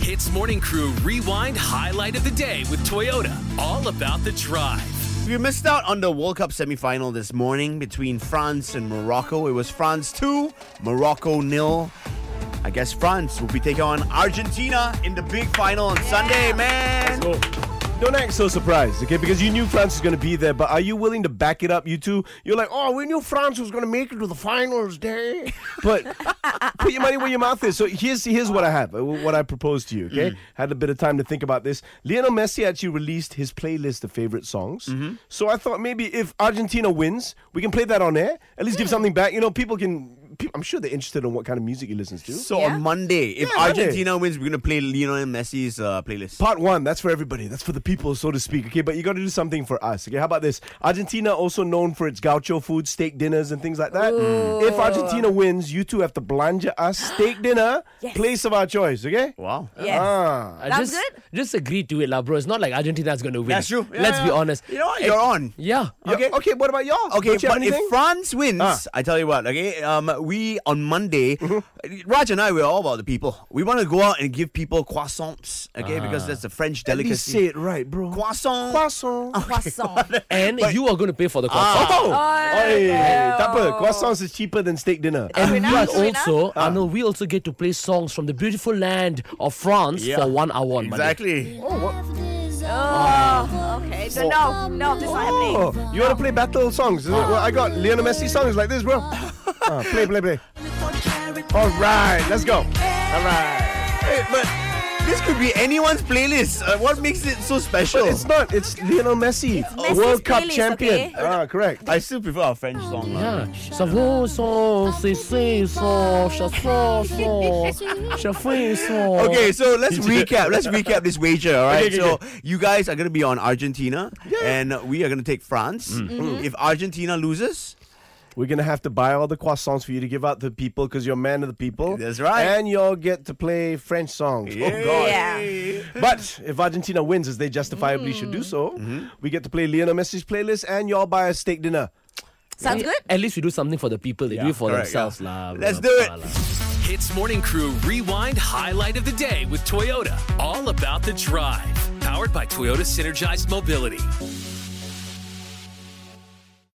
Hits Morning Crew Rewind Highlight of the Day with Toyota. All about the drive. If you missed out on the World Cup semi-final this morning between France and Morocco, it was France 2, Morocco nil. I guess France will be taking on Argentina in the big final on Sunday, man. Oh, don't act so surprised, okay? Because you knew France was going to be there, but are you willing to back it up, you two? You're like, oh, we knew France was going to make it to the finals day. But put your money where your mouth is. So here's here's what I have, uh, what I propose to you, okay? Had a bit of time to think about this. Lionel Messi actually released his playlist of favorite songs. So I thought maybe if Argentina wins, we can play that on air, at least give something back. You know, people can, pe- I'm sure they're interested in what kind of music he listens to. So Yeah. on Monday, if Yeah, Monday. Argentina wins, we're gonna play Lionel Messi's uh, playlist. Part one, that's for everybody. That's for the people, so to speak. Okay, but you got to do something for us. Okay, how about this? Argentina, also known for its gaucho food, steak dinners, and things like that. If Argentina wins, you two have to blanja us steak dinner, place of our choice. Okay? Wow. Yes. Ah. I Sounds just, good? Just agree to it, lah, bro. It's not like Argentina's going to win. That's true. Yeah, Let's be yeah. honest. You know what? You're on. Yeah. Okay. Okay. What about y'all? Okay, Don't you have but if anything? France wins, Ah. I tell you what, okay, um, we on Monday, Mm-hmm. Raj and I, we're all about the people. We want to go out and give people croissants, okay, because that's a French At least delicacy. Ah. say it right, bro. Croissant. Croissant. Oh, Croissant. And you are going to pay for the concert. Oh, Oi, Oi, bro. tak apa. Croissants is cheaper than steak dinner. And we Rina, Rina? also, Ah. I know we also get to play songs from the beautiful land of France Yeah. for one hour on Monday. Exactly. Oh, okay. So no, no, this is not happening. Oh, you want to play battle songs? Is it- Well, I got Lionel Messi songs like this, bro. Ah, play, play, play. All right, let's go. All right. Hey, but this could be anyone's playlist. Uh, what makes it so special? But it's not. It's Lionel Messi, Messi's World Cup playlist, champion. okay? Ah, correct. I still prefer our French song. lah. Yeah. Ça vaut son, c'est c'est son, ça sort son, ça fait son. Oh. Okay, so let's recap. Let's recap this wager. All right. Okay, okay, so you guys are gonna be on Argentina, and we are gonna take France. Mm-hmm. If Argentina loses, We're gonna have to buy all the croissants for you to give out to the people because you're a man of the people. That's right. And you'll get to play French songs. Oh God. Yeah. But if Argentina wins, as they justifiably should do so, Mm-hmm. we get to play Lionel Messi's playlist, and y'all buy a steak dinner. Sounds good. At least we do something for the people. They do it for correct, themselves. yeah. lah, Let's bro. do it. Lah. Hits Morning Crew Rewind Highlight of the Day with Toyota. All about the drive. Powered by Toyota Synergized Mobility.